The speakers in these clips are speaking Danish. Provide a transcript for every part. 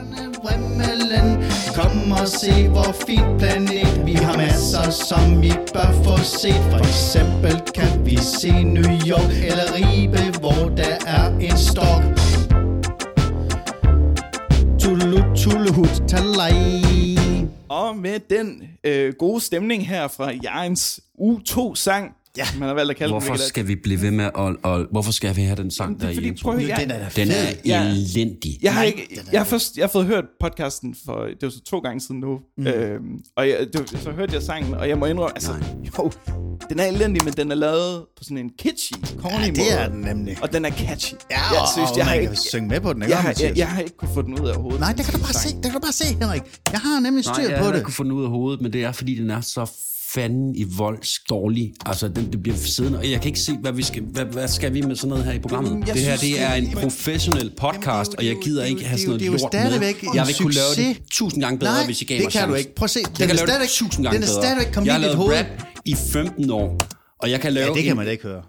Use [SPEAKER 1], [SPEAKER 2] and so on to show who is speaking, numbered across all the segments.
[SPEAKER 1] Stjernevremmelen Kom og se hvor fint planet Vi har masser som vi bør få set For eksempel kan vi se New York Eller Ribe hvor der er en stork Tullut, tullehut, talaj
[SPEAKER 2] Og med den øh, gode stemning her fra Jørgens U2-sang, ja. man har valgt at kalde
[SPEAKER 3] Hvorfor
[SPEAKER 2] den.
[SPEAKER 3] skal vi blive ved med at... Og, hvorfor skal vi have den sang der
[SPEAKER 2] det er
[SPEAKER 3] i
[SPEAKER 2] fordi, prøv
[SPEAKER 3] intro?
[SPEAKER 2] at høre,
[SPEAKER 1] Den
[SPEAKER 2] jeg,
[SPEAKER 1] er da
[SPEAKER 3] Den
[SPEAKER 1] fed.
[SPEAKER 3] er
[SPEAKER 2] Ja.
[SPEAKER 3] elendig.
[SPEAKER 2] jeg har
[SPEAKER 1] Nej,
[SPEAKER 2] ikke,
[SPEAKER 1] den er
[SPEAKER 2] jeg har
[SPEAKER 1] fed.
[SPEAKER 2] først, jeg har fået hørt podcasten for, det var så to gange siden nu, mm. øhm, og jeg, det, var- så hørte jeg sangen, og jeg må indrømme, altså, jo, den er elendig, men den er lavet på sådan en kitschy, corny
[SPEAKER 1] Ja,
[SPEAKER 2] måde.
[SPEAKER 1] det er den nemlig.
[SPEAKER 2] Og den er catchy.
[SPEAKER 1] Ja,
[SPEAKER 2] jeg
[SPEAKER 1] og,
[SPEAKER 2] synes,
[SPEAKER 1] og
[SPEAKER 2] jeg har
[SPEAKER 1] man kan
[SPEAKER 2] ikke,
[SPEAKER 1] jo synge med på den, ikke?
[SPEAKER 2] jeg, har,
[SPEAKER 1] Mathias?
[SPEAKER 2] jeg, jeg, har ikke kunne få den ud af hovedet.
[SPEAKER 1] Nej, det kan du bare se, det kan du bare se, Henrik. Jeg har nemlig styr
[SPEAKER 3] Nej,
[SPEAKER 1] på
[SPEAKER 3] jeg har
[SPEAKER 1] det.
[SPEAKER 3] ikke kunne få den ud af hovedet, men det er, fordi den er så fanden i voldsk dårlig. Altså, den, det bliver siddende, og jeg kan ikke se, hvad, vi skal, hvad, hvad skal vi med sådan noget her i programmet?
[SPEAKER 2] Jamen, jeg
[SPEAKER 3] det her,
[SPEAKER 2] synes,
[SPEAKER 3] det er
[SPEAKER 2] det-
[SPEAKER 3] en professionel podcast,
[SPEAKER 1] jo-
[SPEAKER 3] og jeg
[SPEAKER 1] det er jo-
[SPEAKER 3] gider
[SPEAKER 1] det er
[SPEAKER 3] ikke
[SPEAKER 1] jo-
[SPEAKER 3] have sådan
[SPEAKER 1] det
[SPEAKER 3] noget
[SPEAKER 1] er jo- det er jo
[SPEAKER 3] lort
[SPEAKER 1] stadigvæk
[SPEAKER 3] med.
[SPEAKER 1] en
[SPEAKER 3] Jeg vil kunne lave det
[SPEAKER 1] succes.
[SPEAKER 3] tusind gange bedre,
[SPEAKER 1] Nej,
[SPEAKER 3] hvis I gav
[SPEAKER 1] det
[SPEAKER 3] mig
[SPEAKER 1] kan du
[SPEAKER 3] chancen.
[SPEAKER 1] ikke. Prøv at se,
[SPEAKER 3] Jeg
[SPEAKER 1] den
[SPEAKER 3] kan
[SPEAKER 1] er
[SPEAKER 3] lave det
[SPEAKER 1] stadigvæk-
[SPEAKER 3] tusind gange
[SPEAKER 1] den er
[SPEAKER 3] bedre.
[SPEAKER 1] stadigvæk kommet
[SPEAKER 3] jeg
[SPEAKER 1] ind i
[SPEAKER 3] har
[SPEAKER 1] dit
[SPEAKER 3] lavet rap i 15 år, og jeg kan lave
[SPEAKER 1] Ja, det kan
[SPEAKER 3] en-
[SPEAKER 1] man da ikke høre.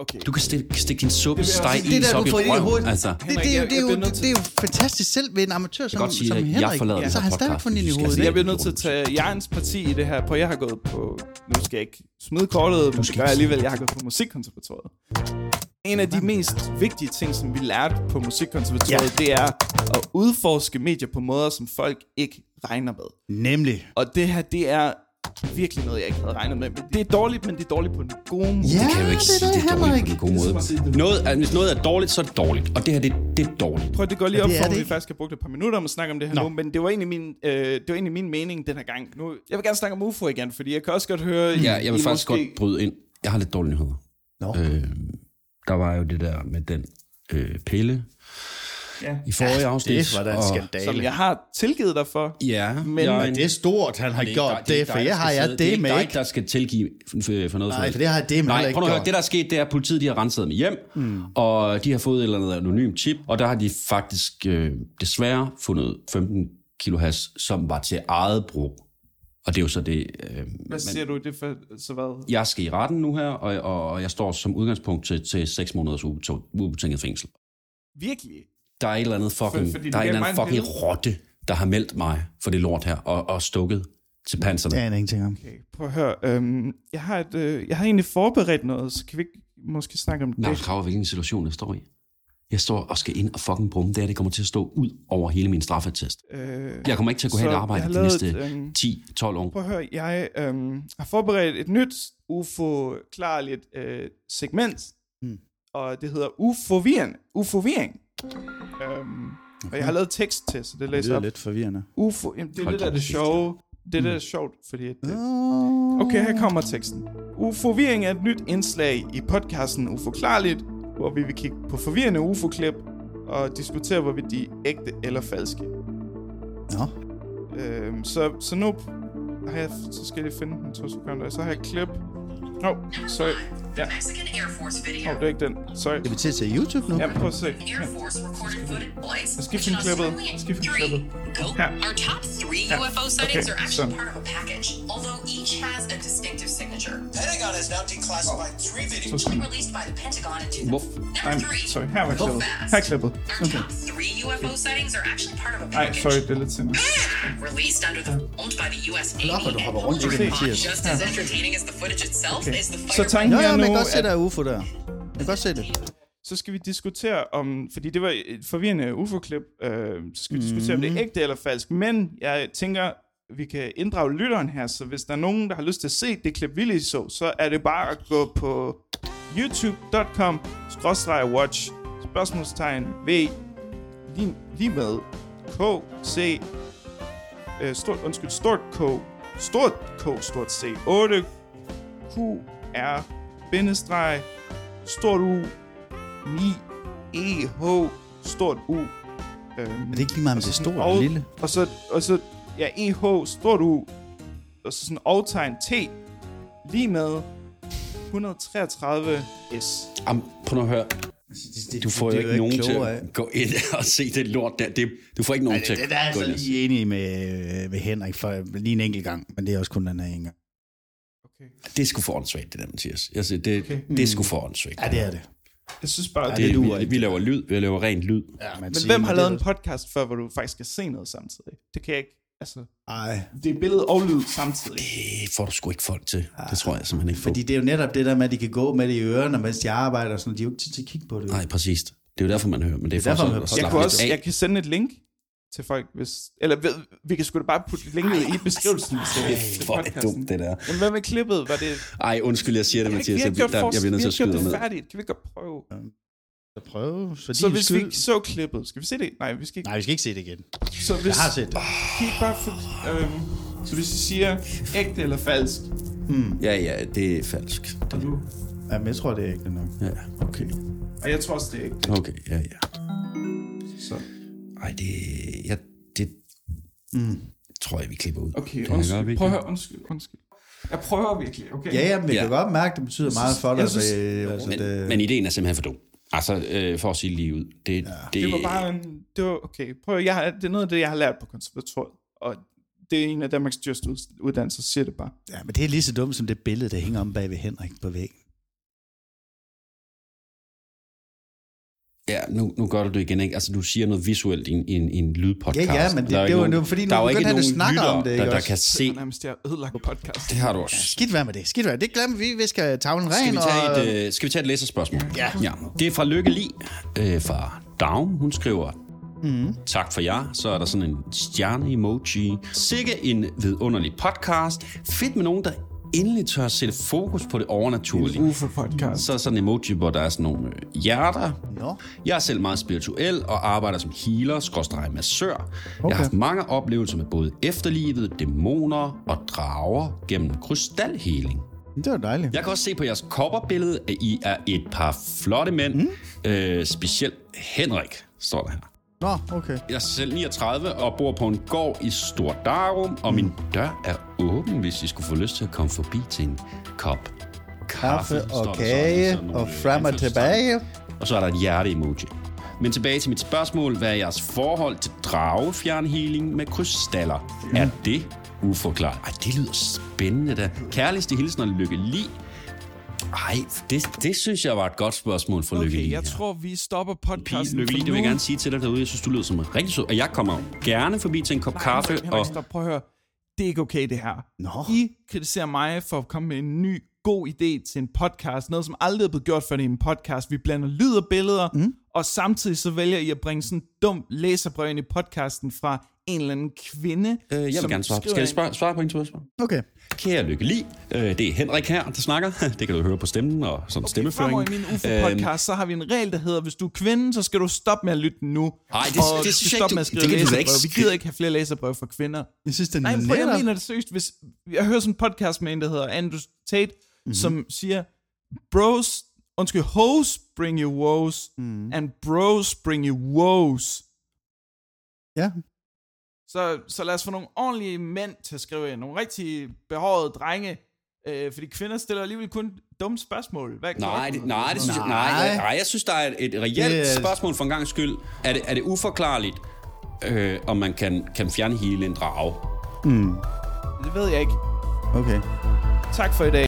[SPEAKER 2] Okay.
[SPEAKER 3] Du kan stikke, stikke din suppe
[SPEAKER 2] Det vil jeg
[SPEAKER 3] steg
[SPEAKER 2] også
[SPEAKER 3] is
[SPEAKER 1] det der,
[SPEAKER 3] op
[SPEAKER 1] du
[SPEAKER 3] i
[SPEAKER 1] får ind i
[SPEAKER 3] røven.
[SPEAKER 1] hovedet,
[SPEAKER 3] Altså,
[SPEAKER 1] det, det,
[SPEAKER 2] Henrik,
[SPEAKER 1] det,
[SPEAKER 2] jeg-
[SPEAKER 1] det, det,
[SPEAKER 2] jeg
[SPEAKER 1] er jo,
[SPEAKER 2] bliver
[SPEAKER 1] det,
[SPEAKER 2] nødt til-
[SPEAKER 1] det er jo fantastisk selv ved en amatør som,
[SPEAKER 3] godt sige,
[SPEAKER 1] som
[SPEAKER 3] at jeg
[SPEAKER 1] Henrik.
[SPEAKER 3] forlader den
[SPEAKER 1] så
[SPEAKER 3] her
[SPEAKER 1] har han stadigvæk
[SPEAKER 3] podcast,
[SPEAKER 1] fundet ind i
[SPEAKER 3] hvis vi skal
[SPEAKER 1] hovedet.
[SPEAKER 3] sige-
[SPEAKER 2] Jeg
[SPEAKER 1] ikke?
[SPEAKER 2] bliver nødt til at tage Jørgens parti i det her, på jeg har gået på, nu skal jeg ikke smide kortet, men det gør jeg alligevel, jeg har gået på musikkonservatoriet. En af de mest vigtige ting, som vi lærte på musikkonservatoriet, ja. det er at udforske medier på måder, som folk ikke regner med.
[SPEAKER 1] Nemlig.
[SPEAKER 2] Og det her, det er virkelig noget, jeg ikke havde regnet med. Men det er dårligt, men det er dårligt på den gode måde.
[SPEAKER 1] Ja,
[SPEAKER 3] det kan jeg jo ikke
[SPEAKER 1] det er
[SPEAKER 3] sige,
[SPEAKER 1] det,
[SPEAKER 3] det er dårligt
[SPEAKER 1] Henrik.
[SPEAKER 3] på den gode måde. Noget, er- hvis noget er dårligt, så er det dårligt. Og det her, det, det er dårligt.
[SPEAKER 2] Prøv at det går lige op
[SPEAKER 1] det er
[SPEAKER 2] for,
[SPEAKER 1] det
[SPEAKER 2] at vi
[SPEAKER 1] ikke.
[SPEAKER 2] faktisk har brugt et par minutter om at snakke om det her Nå.
[SPEAKER 1] Nå.
[SPEAKER 2] nu, men det var egentlig min, øh, det var egentlig min mening den her gang. Nu, jeg vil gerne snakke om UFO igen, fordi jeg kan også godt høre...
[SPEAKER 3] Mm. Ja, jeg vil faktisk godt bryde ind. Jeg har lidt dårlige nyheder.
[SPEAKER 1] Nå.
[SPEAKER 3] Øh, der var jo det der med den øh, pille
[SPEAKER 2] Ja.
[SPEAKER 3] i forrige ja, afsnit.
[SPEAKER 1] Det var da en
[SPEAKER 3] og-
[SPEAKER 1] skandale.
[SPEAKER 2] Som jeg har tilgivet dig for.
[SPEAKER 3] Ja,
[SPEAKER 2] Men-
[SPEAKER 3] jeg,
[SPEAKER 1] Det er stort, han har
[SPEAKER 3] ikke dig-
[SPEAKER 1] gjort det,
[SPEAKER 3] ikke
[SPEAKER 1] for
[SPEAKER 3] dig,
[SPEAKER 1] jeg
[SPEAKER 3] der
[SPEAKER 1] har
[SPEAKER 3] skal
[SPEAKER 1] jeg
[SPEAKER 3] sidde-
[SPEAKER 1] det
[SPEAKER 3] ikke
[SPEAKER 1] med
[SPEAKER 3] dig,
[SPEAKER 1] ikke.
[SPEAKER 3] der skal tilgive for, for noget.
[SPEAKER 1] Nej, for det har jeg det med
[SPEAKER 3] Nej,
[SPEAKER 1] heller
[SPEAKER 3] prøv nu
[SPEAKER 1] ikke
[SPEAKER 3] at høre, det
[SPEAKER 1] gjort.
[SPEAKER 3] der er sket, det er, at politiet de har renset dem hjem, mm. og de har fået et eller andet anonymt chip, og der har de faktisk øh, desværre fundet 15 kilo has, som var til eget brug. Og det er jo så det, øh,
[SPEAKER 2] Hvad siger du i det for, så hvad?
[SPEAKER 3] jeg skal i retten nu her, og, og, og jeg står som udgangspunkt til, til 6 måneders ubeto- ubetinget fængsel.
[SPEAKER 2] Virkelig?
[SPEAKER 3] Der er et eller andet fucking,
[SPEAKER 2] fordi
[SPEAKER 3] for,
[SPEAKER 2] du
[SPEAKER 3] der
[SPEAKER 2] gav
[SPEAKER 3] er et eller
[SPEAKER 2] mig en
[SPEAKER 3] andet fucking
[SPEAKER 2] pille.
[SPEAKER 3] rotte, der har meldt mig for det lort her, og, og stukket til panserne.
[SPEAKER 1] Det aner jeg ingenting om.
[SPEAKER 2] Okay, prøv at høre. Øhm, jeg, har et, øh, jeg har egentlig forberedt noget, så kan vi ikke måske snakke om det?
[SPEAKER 3] Nej, krav hvilken situation jeg står i. Jeg står og skal ind og fucking brumme. Det er, det kommer til at stå ud over hele min straffatest.
[SPEAKER 2] Øh,
[SPEAKER 3] Jeg kommer ikke til at gå hen
[SPEAKER 2] Så
[SPEAKER 3] og
[SPEAKER 2] jeg har
[SPEAKER 3] arbejde de
[SPEAKER 2] lavet
[SPEAKER 3] næste
[SPEAKER 2] et, øhm,
[SPEAKER 3] 10-12 år.
[SPEAKER 2] prøv at høre, jeg øhm, har forberedt et nyt UFO-klarligt øh, segment,
[SPEAKER 1] Mm.
[SPEAKER 2] og det hedder UFO-virring. UFO-virring. Øhm, og jeg har lavet tekst til, så det
[SPEAKER 1] Det
[SPEAKER 2] læser
[SPEAKER 1] lyder
[SPEAKER 2] jeg op.
[SPEAKER 1] lidt forvirrende.
[SPEAKER 2] UFO, jamen, det er
[SPEAKER 3] Hold
[SPEAKER 2] det, der er
[SPEAKER 3] da
[SPEAKER 2] det
[SPEAKER 3] kæft.
[SPEAKER 2] sjove. Det er det, der er sjovt, fordi... At, øh, Okay, her kommer teksten. UFO-forvirring er et nyt indslag i podcasten Uforklarligt, hvor vi vil kigge på forvirrende UFO-klip og diskutere, hvorvidt de er ægte eller falske.
[SPEAKER 1] Nå,
[SPEAKER 2] Øhm, så, så nu har jeg, så skal jeg lige finde den to sekunder. Så har jeg et klip. Nå, oh, sorry. Ja,
[SPEAKER 4] Mexican Air Force
[SPEAKER 2] oh,
[SPEAKER 4] video.
[SPEAKER 2] det er ikke den. Sorry.
[SPEAKER 1] skal vi til at se YouTube nu?
[SPEAKER 2] Ja, prøv at se.
[SPEAKER 4] Air Force recorded footage
[SPEAKER 2] Let's
[SPEAKER 4] flights.
[SPEAKER 2] give him
[SPEAKER 4] which in
[SPEAKER 2] Clibble.
[SPEAKER 4] Australia
[SPEAKER 2] Let's give him
[SPEAKER 4] three. Go.
[SPEAKER 2] Yeah.
[SPEAKER 4] Our top three
[SPEAKER 2] Yeah.
[SPEAKER 4] UFO sightings
[SPEAKER 2] Okay,
[SPEAKER 4] are actually
[SPEAKER 2] so-
[SPEAKER 4] part of a package, although each has a distinctive signature.
[SPEAKER 5] Pentagon has now declassified three videos.
[SPEAKER 2] Så
[SPEAKER 4] Only
[SPEAKER 2] sådan.
[SPEAKER 4] released by the Pentagon in 2000.
[SPEAKER 3] Woof.
[SPEAKER 4] Number
[SPEAKER 2] Nej,
[SPEAKER 4] three.
[SPEAKER 2] sorry. Her var
[SPEAKER 4] Go
[SPEAKER 2] klippet.
[SPEAKER 4] fast.
[SPEAKER 2] Her er klippet.
[SPEAKER 4] Our top three UFO sightings are actually part of a
[SPEAKER 2] Nej,
[SPEAKER 4] package.
[SPEAKER 2] sorry, det er lidt senere.
[SPEAKER 4] Released under the owned by the U.S. Navy
[SPEAKER 1] op, og du
[SPEAKER 4] and
[SPEAKER 1] hopper rundt i
[SPEAKER 4] Hollywood
[SPEAKER 1] det,
[SPEAKER 4] Bond.
[SPEAKER 1] Mathias.
[SPEAKER 4] Just as entertaining as the footage itself
[SPEAKER 2] Okay.
[SPEAKER 4] is the
[SPEAKER 2] Så
[SPEAKER 4] fighter
[SPEAKER 2] tanken
[SPEAKER 1] Nå, ja,
[SPEAKER 2] er
[SPEAKER 1] man
[SPEAKER 2] nu,
[SPEAKER 1] kan godt se,
[SPEAKER 2] at
[SPEAKER 1] der er UFO der. Man kan godt se det.
[SPEAKER 2] så skal vi diskutere om, fordi det var et forvirrende UFO-klip, øh, så skal vi diskutere, om det er ægte eller falsk, men jeg tænker, vi kan inddrage lytteren her, så hvis der er nogen, der har lyst til at se det klip, vi lige så, så er det bare at gå på youtube.com watch spørgsmålstegn v lige, lige med k c øh, stort, undskyld, stort k stort k stort c 8 q r bindestreg stort u 9 EH stort U. Øhm,
[SPEAKER 1] Er det ikke lige meget, om det er stort
[SPEAKER 2] og,
[SPEAKER 1] eller lille?
[SPEAKER 2] og så, og så, ja, EH stort U, og så sådan aftegn T, lige med 133 S.
[SPEAKER 3] Am, prøv nu at høre. Du får jo
[SPEAKER 1] Det er
[SPEAKER 3] ikke nogen til
[SPEAKER 1] klogere af.
[SPEAKER 3] at gå ind og se det lort der. Det, du får ikke nogen
[SPEAKER 1] Det,
[SPEAKER 3] til
[SPEAKER 1] det der er
[SPEAKER 3] at gå
[SPEAKER 1] altså
[SPEAKER 3] ind og se.
[SPEAKER 1] lige enig med, med Henrik for lige en enkelt gang, men det er også kun den her ene gang.
[SPEAKER 2] Okay.
[SPEAKER 3] Det er sgu for åndssvagt, det der, Mathias. Jeg siger, det, det er sgu for åndssvagt.
[SPEAKER 1] Ja, det er det.
[SPEAKER 2] Jeg synes bare, ja,
[SPEAKER 3] Det,
[SPEAKER 2] det,
[SPEAKER 3] det
[SPEAKER 2] det
[SPEAKER 3] vi,
[SPEAKER 1] duer ikke,
[SPEAKER 3] vi laver lyd, vi laver rent lyd.
[SPEAKER 1] Ja, man
[SPEAKER 2] Men hvem har lavet en podcast før, hvor du faktisk skal se noget samtidig? Det kan jeg ikke. Altså,
[SPEAKER 1] Ej,
[SPEAKER 2] det er billede og lyd samtidig.
[SPEAKER 3] Det får du sgu ikke folk til. Det tror jeg simpelthen ikke
[SPEAKER 1] fordi
[SPEAKER 3] fordi...
[SPEAKER 1] det er jo netop det der med, at de kan gå med det i ørerne, mens de arbejder, og sådan, de er jo ikke tid til at kigge på det.
[SPEAKER 3] Nej, præcis. Det er jo derfor, man hører, men det er,
[SPEAKER 1] derfor, man
[SPEAKER 3] for
[SPEAKER 1] hører
[SPEAKER 3] at
[SPEAKER 1] podcast.
[SPEAKER 2] Jeg,
[SPEAKER 3] slappe
[SPEAKER 2] kunne
[SPEAKER 3] lidt
[SPEAKER 2] også,
[SPEAKER 3] af.
[SPEAKER 2] jeg kan sende et link til folk, hvis... Eller vi, vi kan sgu da bare putte linket i beskrivelsen til, til
[SPEAKER 3] Hvor er det
[SPEAKER 2] podcasten.
[SPEAKER 3] dumt, det der.
[SPEAKER 2] Jamen, hvad med klippet? Var det...
[SPEAKER 3] Ej, undskyld, jeg siger det,
[SPEAKER 2] Kan vi
[SPEAKER 3] Mathias.
[SPEAKER 2] ikke-
[SPEAKER 3] Jeg,
[SPEAKER 2] vi har ikke
[SPEAKER 3] der,
[SPEAKER 2] gjort
[SPEAKER 3] jeg bliver nødt til at
[SPEAKER 2] forsk- vi har ikke
[SPEAKER 3] skyde dig
[SPEAKER 2] gjort
[SPEAKER 3] ned.
[SPEAKER 2] det færdigt. Kan vi ikke godt prøve?
[SPEAKER 1] Så prøve, for
[SPEAKER 2] Så hvis vi ikke så klippet, skal vi se det? Nej, vi skal ikke.
[SPEAKER 1] Nej, vi skal ikke se det igen.
[SPEAKER 2] Så hvis,
[SPEAKER 1] Jeg har set det.
[SPEAKER 2] Kan I ikke bare få, øhm, så hvis I siger ægte eller falsk,
[SPEAKER 3] Ja, ja, det er falsk. Det,
[SPEAKER 2] og du...
[SPEAKER 1] Jamen, jeg tror, det er ikke nok.
[SPEAKER 3] ja, okay.
[SPEAKER 2] Og jeg tror også, det er ægte.
[SPEAKER 3] Okay, ja, ja.
[SPEAKER 2] Så.
[SPEAKER 3] Ej, det... Jeg, det
[SPEAKER 1] mm,
[SPEAKER 3] tror jeg, vi klipper ud.
[SPEAKER 2] Okay,
[SPEAKER 3] Det kan godt, vi
[SPEAKER 2] undskyld.
[SPEAKER 3] ikke
[SPEAKER 2] Prøv at høre, undskyld, undskyld. Jeg prøver virkelig, okay?
[SPEAKER 1] Ja, ja, men vi
[SPEAKER 3] Ja.
[SPEAKER 1] kan godt mærke, at det betyder meget for dig.
[SPEAKER 2] jeg synes-
[SPEAKER 1] det, altså,
[SPEAKER 3] Men,
[SPEAKER 1] det,
[SPEAKER 3] men ideen er simpelthen for dum. Altså, øh, for at sige lige ud. Det, ja. det,
[SPEAKER 2] Det var bare en, det var, okay, prøv at- jeg, har- det er noget af det, jeg har lært på konservatoriet, og det er en af Danmarks dyreste ud- uddannelser, siger det bare.
[SPEAKER 1] ja, men det er lige så dumt som det billede, der hænger om bag ved Henrik på væggen.
[SPEAKER 3] Ja, nu, nu gør du det igen, ikke? Altså, du siger noget visuelt i en, i en, i en lydpodcast.
[SPEAKER 1] Ja, ja, men det-
[SPEAKER 3] Der er jo
[SPEAKER 1] det var
[SPEAKER 3] ikke
[SPEAKER 1] nu- fordi nu
[SPEAKER 3] der er jo
[SPEAKER 1] begyndte
[SPEAKER 3] ikke
[SPEAKER 1] han at
[SPEAKER 3] nogen
[SPEAKER 1] snakke om
[SPEAKER 3] lyttere,
[SPEAKER 1] det, ikke
[SPEAKER 3] der, der
[SPEAKER 1] også?
[SPEAKER 3] kan se...
[SPEAKER 2] Jeg nærmest, jeg har ødelagt podcast.
[SPEAKER 3] Det har du også.
[SPEAKER 1] Skidt være med det, skidt være med det. Det glemmer vi, vi skal tavlen ren.
[SPEAKER 3] Skal vi tage
[SPEAKER 1] og...
[SPEAKER 3] et, øh, skal vi tage et læserspørgsmål? Ja. ja. Det er fra Lykke Li, øh, fra Down. Hun skriver, mm. tak for jer. Så er der sådan en stjerne-emoji. Sikke en vidunderlig podcast. Fedt med nogen, der endelig tør at sætte fokus på det overnaturlige.
[SPEAKER 2] Ufo podcast.
[SPEAKER 3] Så er der sådan en emoji, hvor der er sådan nogle øh, hjerter.
[SPEAKER 1] Nå,
[SPEAKER 3] Jeg er selv meget spirituel og arbejder som healer, skråstrej massør. Okay. Jeg har haft mange oplevelser med både efterlivet, dæmoner og drager gennem krystalhealing.
[SPEAKER 1] det var dejligt.
[SPEAKER 3] Jeg kan også se på jeres kopperbillede, at I er et par flotte mænd. Mm. Øh, specielt Henrik, står der her.
[SPEAKER 1] Nå, okay.
[SPEAKER 3] Jeg er selv 39 og bor på en gård i Stor Darum, og min dør er åben, hvis I skulle få lyst til at komme forbi til en kop kaffe,
[SPEAKER 1] Kaffe
[SPEAKER 3] står der
[SPEAKER 1] og
[SPEAKER 3] så i
[SPEAKER 1] kage
[SPEAKER 3] sådan nogle,
[SPEAKER 1] og
[SPEAKER 3] øh,
[SPEAKER 1] frem og
[SPEAKER 3] anførselstegn.
[SPEAKER 1] tilbage.
[SPEAKER 3] Og så er der et hjerte-emoji. Men tilbage til mit spørgsmål. Hvad er jeres forhold til dragefjernhealing med krystaller? Er det uforklaret? Ej, det lyder spændende da. Kærligste hilsen og lykke lige. Ej, det, det synes jeg var et godt spørgsmål fra okay, Lykke
[SPEAKER 2] Okay,
[SPEAKER 3] Li.
[SPEAKER 2] jeg tror, vi stopper
[SPEAKER 3] Pige,
[SPEAKER 2] podcasten
[SPEAKER 3] Lykke Li, det vil jeg gerne sige til dig derude. Jeg synes, du lyder som en rigtig sød. Og jeg kommer gerne forbi til en kop kaffe.
[SPEAKER 2] Henrik,
[SPEAKER 3] Og
[SPEAKER 2] stop, prøv at høre. Det er ikke okay, det her.
[SPEAKER 1] Nå.
[SPEAKER 2] I kritiserer mig for at komme med en ny god idé til en podcast. Noget, som aldrig er blevet gjort før det er en podcast. Vi blander lyd og billeder, mm. og samtidig så vælger I at bringe sådan en dum læserbrev ind i podcasten fra en eller anden kvinde.
[SPEAKER 3] øh, jeg vil gerne svare. Skal jeg svare, svare på en spørgsmål?
[SPEAKER 1] Okay.
[SPEAKER 3] Kære Lykke Li, øh, det er Henrik her, der snakker. Det kan du høre på stemmen og sådan okay,
[SPEAKER 2] Fremover i
[SPEAKER 3] stemmeføringen. Øhm,
[SPEAKER 2] min
[SPEAKER 3] Øh,
[SPEAKER 2] UFO-podcast, så har vi en regel, der hedder, hvis du er kvinde, så skal du stoppe med at lytte nu.
[SPEAKER 3] Ej, det-
[SPEAKER 2] og
[SPEAKER 3] det
[SPEAKER 2] du
[SPEAKER 3] synes
[SPEAKER 2] skal
[SPEAKER 3] jeg
[SPEAKER 2] stoppe
[SPEAKER 3] ikke,
[SPEAKER 2] med at
[SPEAKER 3] du- det
[SPEAKER 2] skrive
[SPEAKER 3] kan du da
[SPEAKER 2] læserbrev.
[SPEAKER 3] ikke
[SPEAKER 2] Vi
[SPEAKER 3] skrive.
[SPEAKER 2] gider ikke have flere læserbrev for kvinder.
[SPEAKER 1] Jeg synes, den
[SPEAKER 2] Nej, men prøv, jeg
[SPEAKER 1] netop-
[SPEAKER 2] mener det seriøst. Hvis, jeg hører sådan en podcast med en, der hedder Andrew Tate, mm-hmm. som siger, bros, undskyld, hoes bring you woes, mm. and bros bring you woes.
[SPEAKER 1] Ja.
[SPEAKER 2] Så, så lad os få nogle ordentlige mænd til at skrive ind. Nogle rigtig behårede drenge. Øh, fordi kvinder stiller alligevel kun dumme spørgsmål. Hvad er
[SPEAKER 3] Nej,
[SPEAKER 2] korrekt?
[SPEAKER 3] det, nej, det synes jeg,
[SPEAKER 1] Nej.
[SPEAKER 3] nej, nej, jeg synes, der er et, et reelt
[SPEAKER 1] Det
[SPEAKER 3] det,
[SPEAKER 1] er-
[SPEAKER 3] spørgsmål for en gang skyld. Er det, er det uforklarligt, øh, om man kan, kan fjerne hele en drage?
[SPEAKER 2] Det ved jeg ikke.
[SPEAKER 1] Okay.
[SPEAKER 2] Tak for i dag.